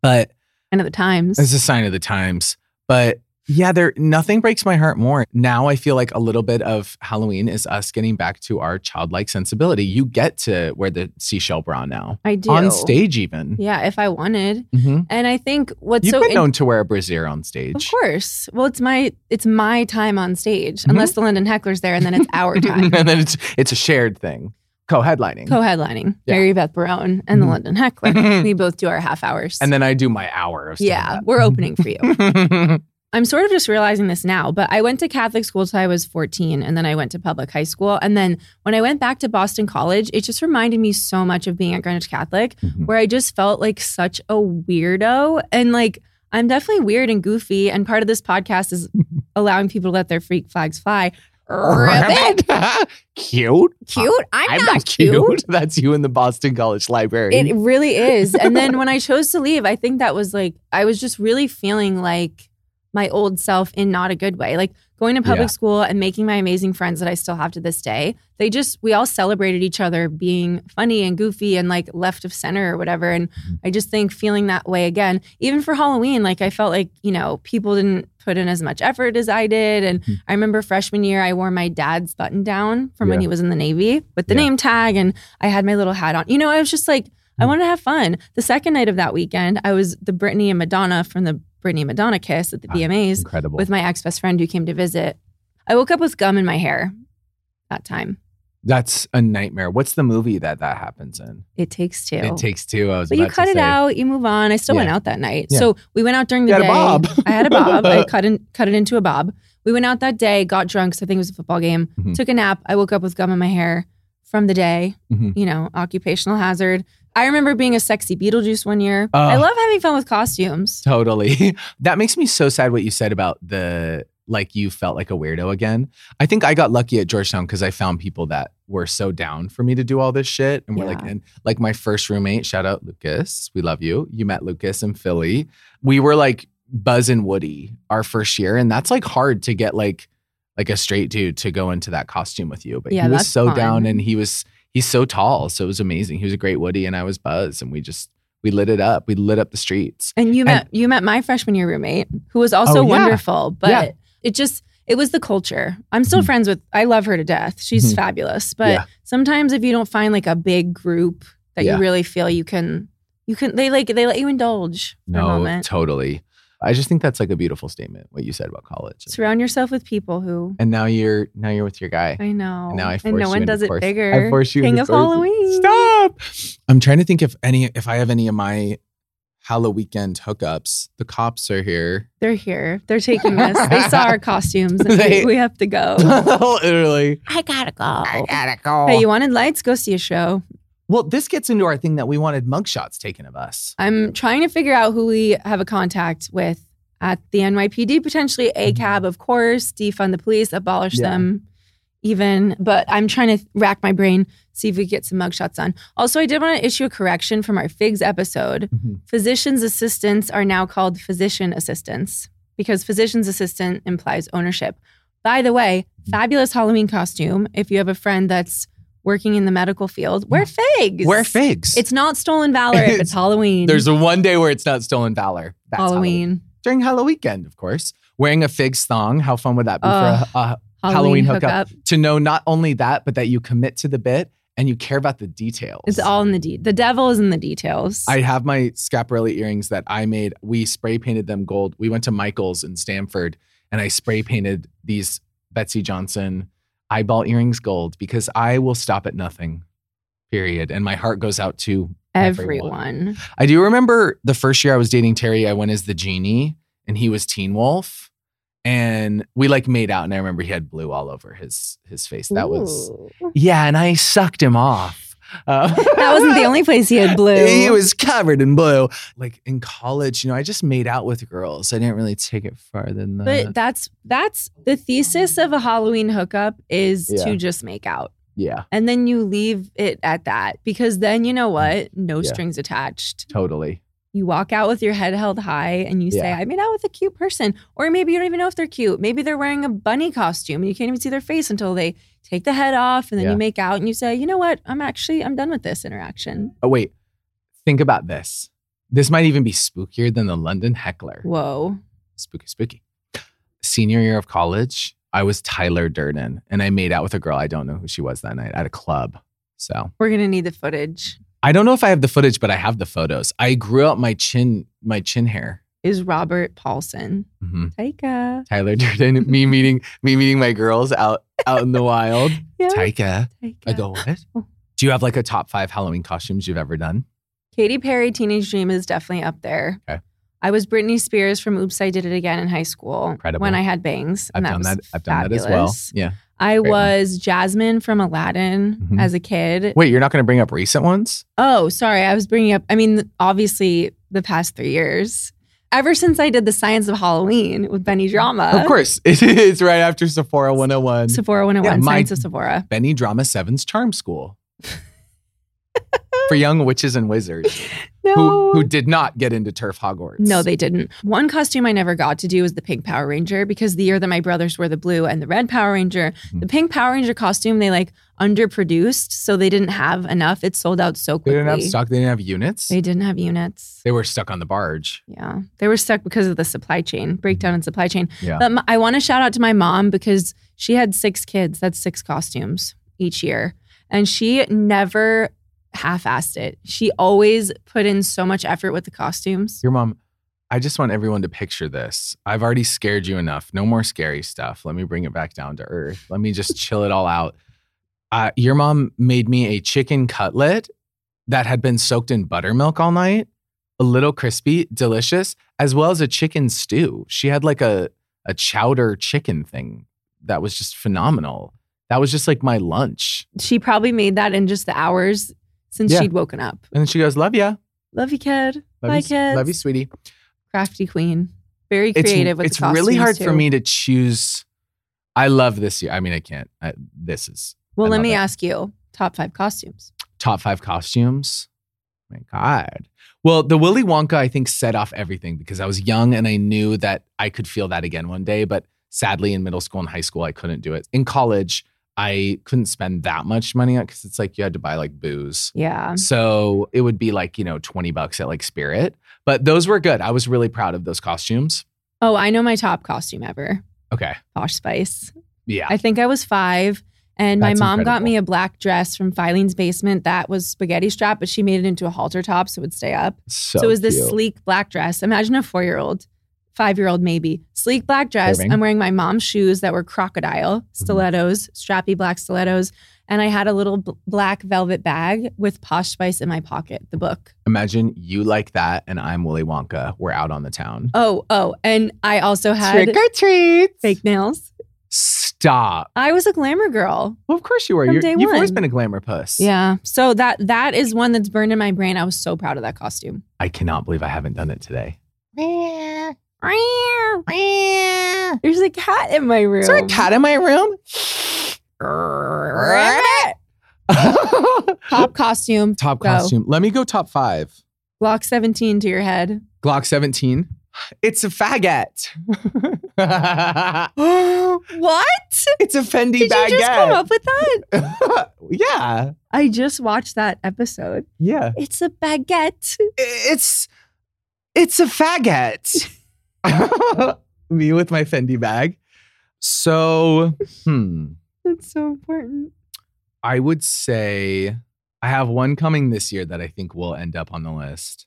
But And at the times. it's a sign of the times. But yeah, there nothing breaks my heart more. Now I feel like a little bit of Halloween is us getting back to our childlike sensibility. You get to wear the seashell bra now. I do. On stage even. Yeah, if I wanted. Mhm. And I think what's You've so been in- known to wear a brassiere on stage. Of course. Well, it's my it's my time on stage, Mhm. unless the London Heckler's there, and then it's our time. and then it's it's a shared thing. Co-headlining. Co-headlining Yeah. Mary Beth Barone and the Mhm. London Heckler. we both do our half hours. and then I do my hour of yeah, we're opening for you. stand-up. I'm sort of just realizing this now, but I went to Catholic school till I was 14, and then I went to public high school. And then when I went back to Boston College, it just reminded me so much of being at Greenwich Catholic, Mhm. where I just felt like such a weirdo. And like, I'm definitely weird and goofy. And part of this podcast is allowing people to let their freak flags fly. Ribbit. cute. Cute? I'm, I'm not, cute. That's you in the Boston College Library. It really is. And then when I chose to leave, I think that was like I was just really feeling like my old self in not a good way. Like going to public Yeah. school and making my amazing friends that I still have to this day. They just we all celebrated each other being funny and goofy and like left of center or whatever. And Mm-hmm. I just think feeling that way again, even for Halloween, like I felt like, you know, people didn't put in as much effort as I did. And Mhm. I remember freshman year I wore my dad's button down from when Yeah. he was in the Navy with the Yeah. name tag and I had my little hat on. You Hmm. know, I was just like I wanted to have fun. The second night of that weekend, I was the Britney and Madonna from the Brittany and Madonna kiss Ah, at the BMAs Incredible. with my ex best friend who came to visit. I woke up with gum in my hair that time. That's a nightmare. What's the movie that that happens in? It takes two. It takes two. I was But about you cut to it say. out, you move on. I still went Yeah. out that night. Yeah. So we went out during the You had a day. bob. I had a bob. I cut in, cut it into a bob. We went out that day, got drunk. So I think it was a football game. Mhm. Took a nap. I woke up with gum in my hair from the day. Mhm. You know, occupational hazard. I remember being a sexy Beetlejuice one year. I Oh. love having fun with costumes. Totally. that makes me so sad what you said about the like you felt like a weirdo again. I think I got lucky at Georgetown because I found people that were so down for me to do all this shit. And we're like, Yeah. and like my first roommate, shout out Lucas. We love you. You met Lucas in Philly. We were like Buzz and Woody our first year. And that's like hard to get like like a straight dude to go into that costume with you. But Yeah, he was that's so down fun. and he was he's so tall. So it was amazing. He was a great Woody and I was Buzz and we just we lit it up. We lit up the streets. And you met you met my freshman year roommate, who was also Oh, yeah. wonderful. But Yeah. it just it was the culture. I'm still Mhm. friends with. I love her to death. She's Mhm. fabulous. But Yeah. sometimes if you don't find like a big group that Yeah. you really feel you can, you can they like they let you indulge for a No, moment. totally. I just think that's like a beautiful statement what you said about college. Surround yourself with people who And now you're now you're with your guy. I know. And now I force and no you one into does it course- bigger. I force you King into of courses. Halloween. Stop. I'm trying to think if any if I have any of my Halloween weekend hookups. The cops are here. They're here. They're taking us. they saw our costumes. And They- we, we have to go. Literally. I gotta go. Oh. I gotta go. Hey, you wanted lights? Go see a show. Well, this gets into our thing that we wanted mugshots taken of us. I'm trying to figure out who we have a contact with at the NYPD, potentially ACAB, of course, defund the police, abolish Mm-hmm. Yeah. them, even. But I'm trying to rack my brain, see if we get some mugshots on. Also, I did want to issue a correction from our FIGS episode. Mhm. Physician's assistants are now called physician assistants because physician's assistant implies ownership. By the way, Mm-hmm. fabulous Halloween costume. If you have a friend that's working in the medical field, wear figs. Mm-hmm. Wear figs. It's not stolen valor if It's- it's Halloween. There's a one day where it's not stolen valor. That's Halloween. Halloween. During Halloween weekend, of course. Wearing a figs thong. How fun would that be Ugh. for a, a Halloween hookup. to know not only that, but that you commit to the bit and you care about the details. It's all in the de- the devil is in the details. I have my Scaparelli earrings that I made. We spray painted them gold. We went to Michael's in Stanford and I spray painted these Betsy Johnson eyeball earrings gold because I will stop at nothing, period. And my heart goes out to Everyone. I do remember the first year I was dating Terry, I went as the genie and he was Teen Wolf. And we like made out, and I remember he had blue all over his his face. That was Ooh. yeah, and I sucked him off. Uh, that wasn't the only place he had blue. He was covered in blue. Like in college, you know, I just made out with girls. I didn't really take it farther than that. but that's that's the thesis of a Halloween hookup is Yeah. to just make out. yeah, And then you leave it at that because then you know what? No Yeah. strings attached. totally. You walk out with your head held high and you say, Yeah. I made out with a cute person. Or maybe you don't even know if they're cute. Maybe they're wearing a bunny costume and you can't even see their face until they take the head off and then Yeah. you make out and you say, you know what? I'm actually, I'm done with this interaction. Oh wait, think about this. This might even be spookier than the London heckler. Whoa. Spooky, spooky. Senior year of college, I was Tyler Durden, and I made out with a girl. I don't know who she was that night at a club. So We're gonna need the footage. I don't know if I have the footage, but I have the photos. I grew out my chin, my chin hair. Is Robert Paulson. Mhm. Taika. Tyler Durden, me meeting me meeting my girls out out in the wild. Yeah. Taika, Taika. I go what? Do you have like a top five Halloween costumes you've ever done? Katy Perry Teenage Dream is definitely up there. Okay. I was Britney Spears from Oops, I Did It Again in high school. Incredible. When I had bangs. I've and done was that. I've done that as well. fabulous. Yeah. I Great one. was Jasmine from Aladdin Mhm. as a kid. Wait, you're not going to bring up recent ones? Oh, sorry. I was bringing up, I mean, obviously the past three years. Ever since I did the science of Halloween with Benny Drama. of course, it is right after Sephora 101. Sephora 101, Yeah, my- Science of Sephora. Benny Drama Seven's Charm School for young witches and wizards No. who who did not get into Turf Hogwarts. No, they didn't. One costume I never got to do was the pink Power Ranger because the year that my brothers were the blue and the red Power Ranger, Mm-hmm. the pink Power Ranger costume they like underproduced, so they didn't have enough. It sold out so They quickly. didn't have stock. They didn't have units. They didn't have units. They were stuck on the barge. Yeah, they were stuck because of the supply chain breakdown in supply chain. Yeah. But m- I want to shout out to my mom because she had six kids. That's six costumes each year, and she never half-assed it. She always put in so much effort with the costumes. Your mom, I just want everyone to picture this. I've already scared you enough. No more scary stuff. Let me bring it back down to earth. Let me just chill it all out. Uh, your mom made me a chicken cutlet that had been soaked in buttermilk all night, a little crispy, delicious, as well as a chicken stew. She had like a, a chowder chicken thing that was just phenomenal. That was just like my lunch. She probably made that in just the hours since Yeah. she'd woken up. And then she goes, Love ya. Love you, kid. Love, Bye, you, s- kid. love you, sweetie. Crafty queen. Very creative with It's, it's the really costumes, hard for too. me to choose. I love this year. I mean, I can't. I, this is Well, I let love me it. ask you top five costumes. top five costumes. My God. Well, the Willy Wonka, I think, set off everything because I was young and I knew that I could feel that again one day. But sadly, in middle school and high school, I couldn't do it. In college, I couldn't spend that much money on because it's like you had to buy like booze. Yeah. So it would be like, you know, 20 bucks at like Spirit. But those were good. I was really proud of those costumes. Oh, I know my top costume ever Okay. Posh Spice. Yeah. I think I was five. And That's my mom got incredible. me a black dress from Filene's basement that was spaghetti strap, but she made it into a halter top so it would stay up. So, So, it was this cute. sleek black dress. Imagine a four year old, five year old maybe. Sleek black dress. Irving. Mm-hmm. I'm wearing my mom's shoes that were crocodile stilettos, strappy black stilettos. And I had a little b- black velvet bag with Posh Spice in my pocket, the book. Imagine you like that and I'm Willy Wonka. We're out on the town. Oh, oh. And I also had Trick or treats. fake nails. Stop. I was a glamour girl. Well, of course you were. From You're, day you've always one. been a glamour puss. Yeah. So that that is one that's burned in my brain. I was so proud of that costume. I cannot believe I haven't done it today. There's a cat in my room. Is there a cat in my room? Top costume. top Go. costume. Let me go top five. Glock 17 to your head. Glock 17. It's a faggot. What? it's a Fendi Did baguette. you just come up with that? yeah. I just watched that episode. Yeah. It's a baguette. It's it's a faggot. me with my Fendi bag. So, hmm. That's so important. I would say I have one coming this year that I think will end up on the list.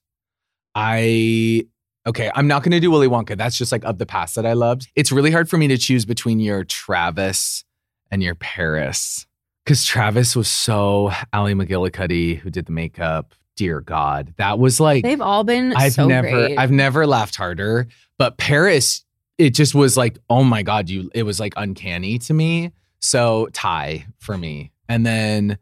I okay, I'm not going to do Willy Wonka. That's just like of the past that I loved. It's really hard for me to choose between your Travis and your Paris because Travis was so Ally McGillicuddy who did the makeup. Dear God, that was like They've all been I've so never great. I've never laughed harder. But Paris, it just was like, oh my God, you it was like uncanny to me. So tie for me. And then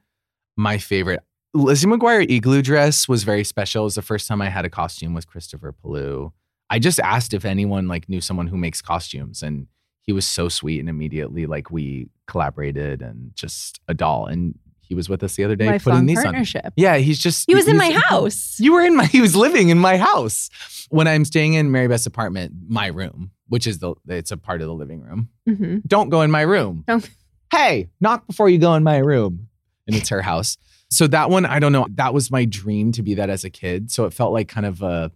my favorite Lizzie McGuire igloo dress was very special. It was the first time I had a costume with Christopher Palou. I just asked if anyone like knew someone who makes costumes and he was so sweet and immediately like we collaborated and just a doll. And he was with us the other day putting Lifelong these on. partnership. Yeah, he's just He was in my he's- house. you were in my, he was living in my house. When I'm staying in Mary Beth's apartment, my room, which is the, it's a part of the living room. Mm-hmm. Don't go in my room. Don't- Hey, knock before you go in my room. And it's her house. So that one, I don't know. That was my dream to be that as a kid. So it felt like kind of a,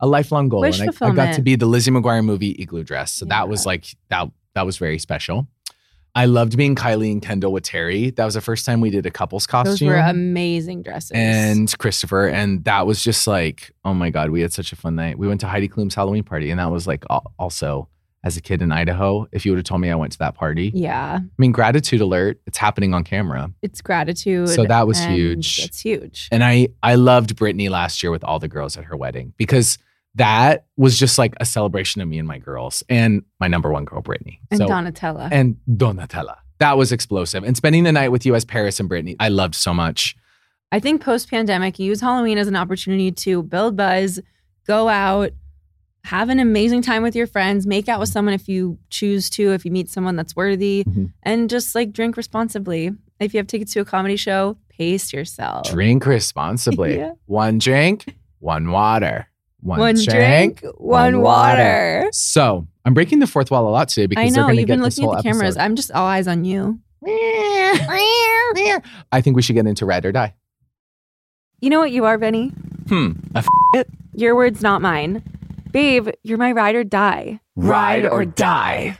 a lifelong goal. Wish and I, I got to fulfillment. be the Lizzie McGuire movie igloo dress. So that was like, that, that was very special. I loved being Kylie and Kendall with Terry. That was the first time we did a couple's costume Those were amazing dresses. and Christopher, and that was just like, oh my god, we had such a fun night. We went to Heidi Klum's Halloween party, and that was like al- also as a kid in Idaho. If you would have told me I went to that party, yeah, I mean, gratitude alert, it's happening on camera, it's gratitude. So that was and huge. That's huge. and I I loved Brittany last year with all the girls at her wedding because that was just like a celebration of me and my girls and my number one girl Brittany And So- Donatella. and Donatella. That was explosive. And spending the night with you as Paris and Brittany, I loved so much. I think post pandemic, use Halloween as an opportunity to build buzz, go out, have an amazing time with your friends, make out with someone if you choose to, if you meet someone that's worthy, Mhm. and just like drink responsibly. If you have tickets to a comedy show, pace yourself. Drink responsibly. Oh. Yeah. One drink, one water. One, One drink. drink, one one water. So I'm breaking the fourth wall a lot today because I know they're going to you've get been this looking whole at the cameras. episode. I'm just all eyes on you. I think we should get into ride or die. You know what you are, Benny? Hmm. A f- Your words, not mine. Babe, you're my ride or die. ride or die.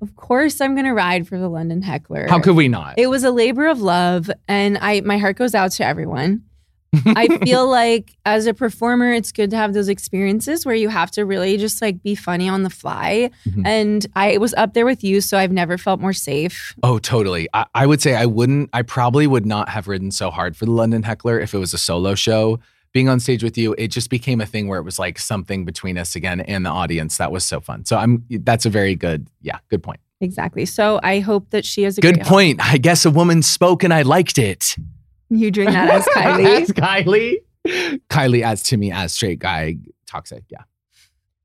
Of course, I'm gonna ride for the London heckler. How could we not? It was a labor of love, and I my heart goes out to everyone. I feel like as a performer, it's good to have those experiences where you have to really just like be funny on the fly. Mhm. And I was up there with you, so I've never felt more safe. Oh, totally. I, I would say I wouldn't, I probably would not have ridden so hard for the London Heckler if it was a solo show. Being on stage with you, it just became a thing where it was like something between us again and the audience. That was so fun. So I'm, that's a very good, yeah, good point. Exactly. So I hope that she has a Good great point. I guess a woman spoke and I liked it. You doing that as Kylie. as Kylie. Kylie as Timmy as straight guy toxic. Yeah.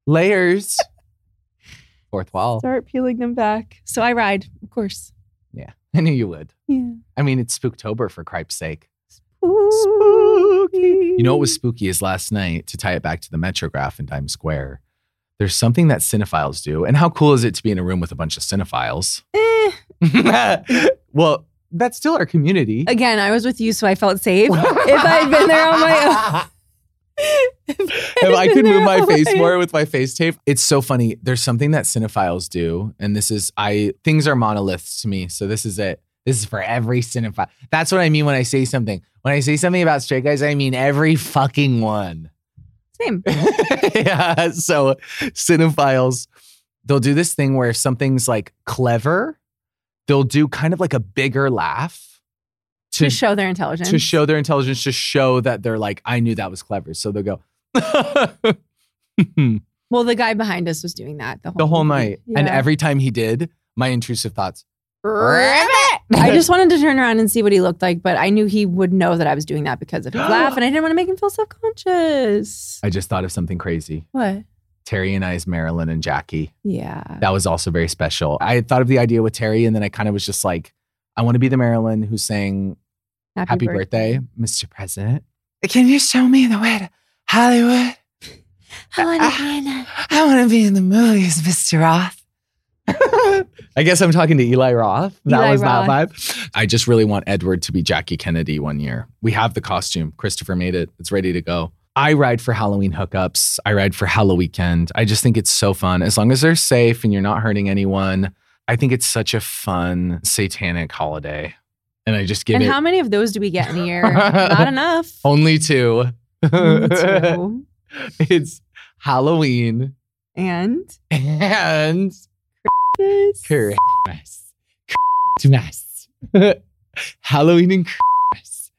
Layers. Fourth wall. Start peeling them back. So I ride, of course. Yeah. I knew you would. Yeah. I mean, it's Spooktober for cripe's sake. Spooky. You know what was spooky is last night to tie it back to the Metrograph in Times Square. There's something that cinephiles do, and how cool is it to be in a room with a bunch of cinephiles? Eh. well, that's still our community. Again, I was with you, so I felt safe. if I had been there on my own. if I could They're move my all face right. more with my face tape. It's so funny. There's something that cinephiles do, and this is I things are monoliths to me. So this is it. This is for every cinephile. That's what I mean when I say something. When I say something about straight guys, I mean every fucking one. Same. yeah. So cinephiles, they'll do this thing where if something's like clever, they'll do kind of like a bigger laugh To show their intelligence. to show their intelligence, to show that they're like, I knew that was clever. So they'll go the well, the guy behind us was doing that the whole whole night. And Yeah. every time he did, my intrusive thoughts. I just wanted to turn around and see what he looked like, but I knew he would know that I was doing that because of his laugh, and I didn't want to make him feel self conscious. I just thought of something crazy. What? Terry and I's Marilyn and Jackie. Yeah. That was also very special. I had thought of the idea with Terry, and then I kind of was just like, I want to be the Marilyn who sang Happy, birthday. Mr. President. Can you show me the way to Hollywood? I wanna Ah. I want to be in the movies, Mr. Roth. I guess I'm talking to Eli Roth. That Eli was Roth. that vibe. I just really want Edward to be Jackie Kennedy one year. We have the costume. Christopher made it. It's ready to go. I ride for Halloween hookups. I ride for Halloween weekend. I just think it's so fun. As long as they're safe and you're not hurting anyone, I think it's such a fun satanic holiday. And I just give and it how many of those do we get in a year? Not enough. only two. Oh. Only two. it's Halloween And and this. Christmas. Christmas. Halloween and Christmas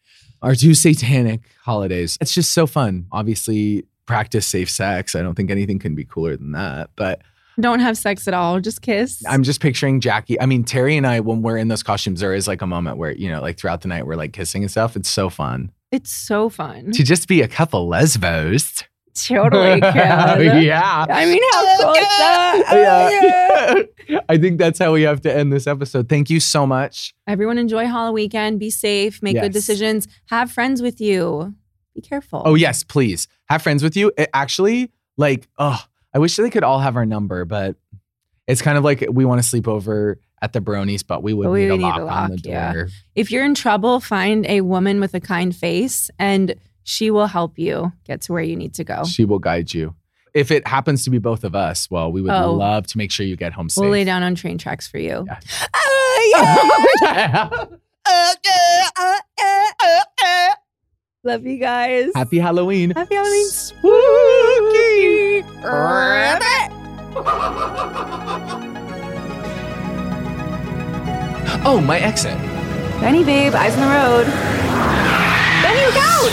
are two satanic holidays. It's just so fun. Obviously, practice safe sex. I don't think anything can be cooler than that. But don't have sex at all. Just kiss. I'm just picturing Jackie. I mean, Terry and I, when we're in those costumes, there is like a moment where, you know, like throughout the night, we're like kissing and stuff. It's so fun it's so fun. to just be a couple lesbos. totally. Kara. yeah. I mean, how cool is that? Oh, yeah. I think that's how we have to end this episode. Thank you so much. Everyone enjoy Halloween weekend. Be safe. Make Yes. good decisions. Have friends with you. Be careful. Oh yes, please have friends with you. It actually, like, oh, I wish they could all have our number, but it's kind of like we want to sleep over at the Bronies, but we would But we need, a, would need lock a on the lock, yeah. door. If you're in trouble, find a woman with a kind face and she will help you get to where you need to go. She will guide you. If it happens to be both of us, well, we would Oh. love to make sure you get home safe. We'll lay down on train tracks for you. Yeah. Love you guys. Happy Halloween. Happy Halloween. Spooky. Oh, my exit. Benny, babe, eyes on the road. Benny, look out!